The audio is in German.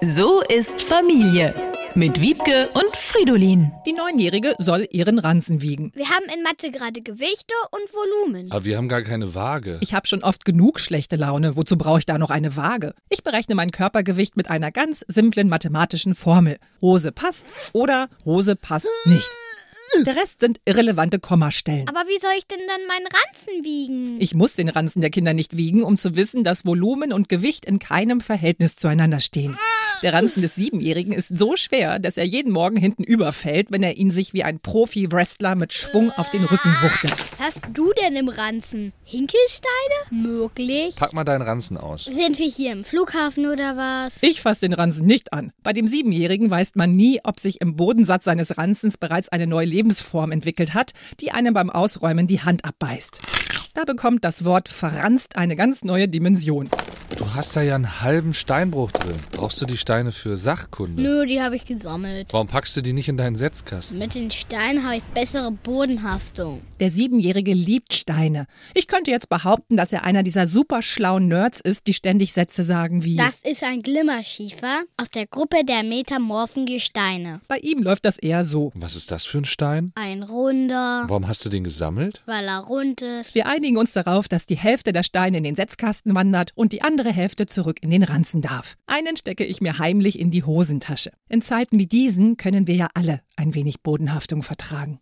So ist Familie mit Wiebke und Fridolin. Die Neunjährige soll ihren Ranzen wiegen. Wir haben in Mathe gerade Gewichte und Volumen. Aber wir haben gar keine Waage. Ich habe schon oft genug schlechte Laune. Wozu brauche ich da noch eine Waage? Ich berechne mein Körpergewicht mit einer ganz simplen mathematischen Formel. Hose passt oder Hose passt nicht. Der Rest sind irrelevante Kommastellen. Aber wie soll ich denn dann meinen Ranzen wiegen? Ich muss den Ranzen der Kinder nicht wiegen, um zu wissen, dass Volumen und Gewicht in keinem Verhältnis zueinander stehen. Der Ranzen des Siebenjährigen ist so schwer, dass er jeden Morgen hinten überfällt, wenn er ihn sich wie ein Profi-Wrestler mit Schwung auf den Rücken wuchtet. Was hast du denn im Ranzen? Hinkelsteine? Möglich. Pack mal deinen Ranzen aus. Sind wir hier im Flughafen oder was? Ich fasse den Ranzen nicht an. Bei dem Siebenjährigen weiß man nie, ob sich im Bodensatz seines Ranzens bereits eine neue Lebensform entwickelt hat, die einem beim Ausräumen die Hand abbeißt. Da bekommt das Wort verranzt eine ganz neue Dimension. Du hast da ja einen halben Steinbruch drin. Brauchst du die Steine für Sachkunde? Nö, die habe ich gesammelt. Warum packst du die nicht in deinen Setzkasten? Mit den Steinen habe ich bessere Bodenhaftung. Der Siebenjährige liebt Steine. Ich könnte jetzt behaupten, dass er einer dieser superschlauen Nerds ist, die ständig Sätze sagen wie Das ist ein Glimmerschiefer aus der Gruppe der metamorphen Gesteine. Bei ihm läuft das eher so. Was ist das für ein Stein? Ein runder, Warum hast du den gesammelt? weil er rund ist. Wir einigen uns darauf, dass die Hälfte der Steine in den Setzkasten wandert und die andere Hälfte zurück in den Ranzen darf. Einen stecke ich mir heimlich in die Hosentasche. In Zeiten wie diesen können wir ja alle ein wenig Bodenhaftung vertragen.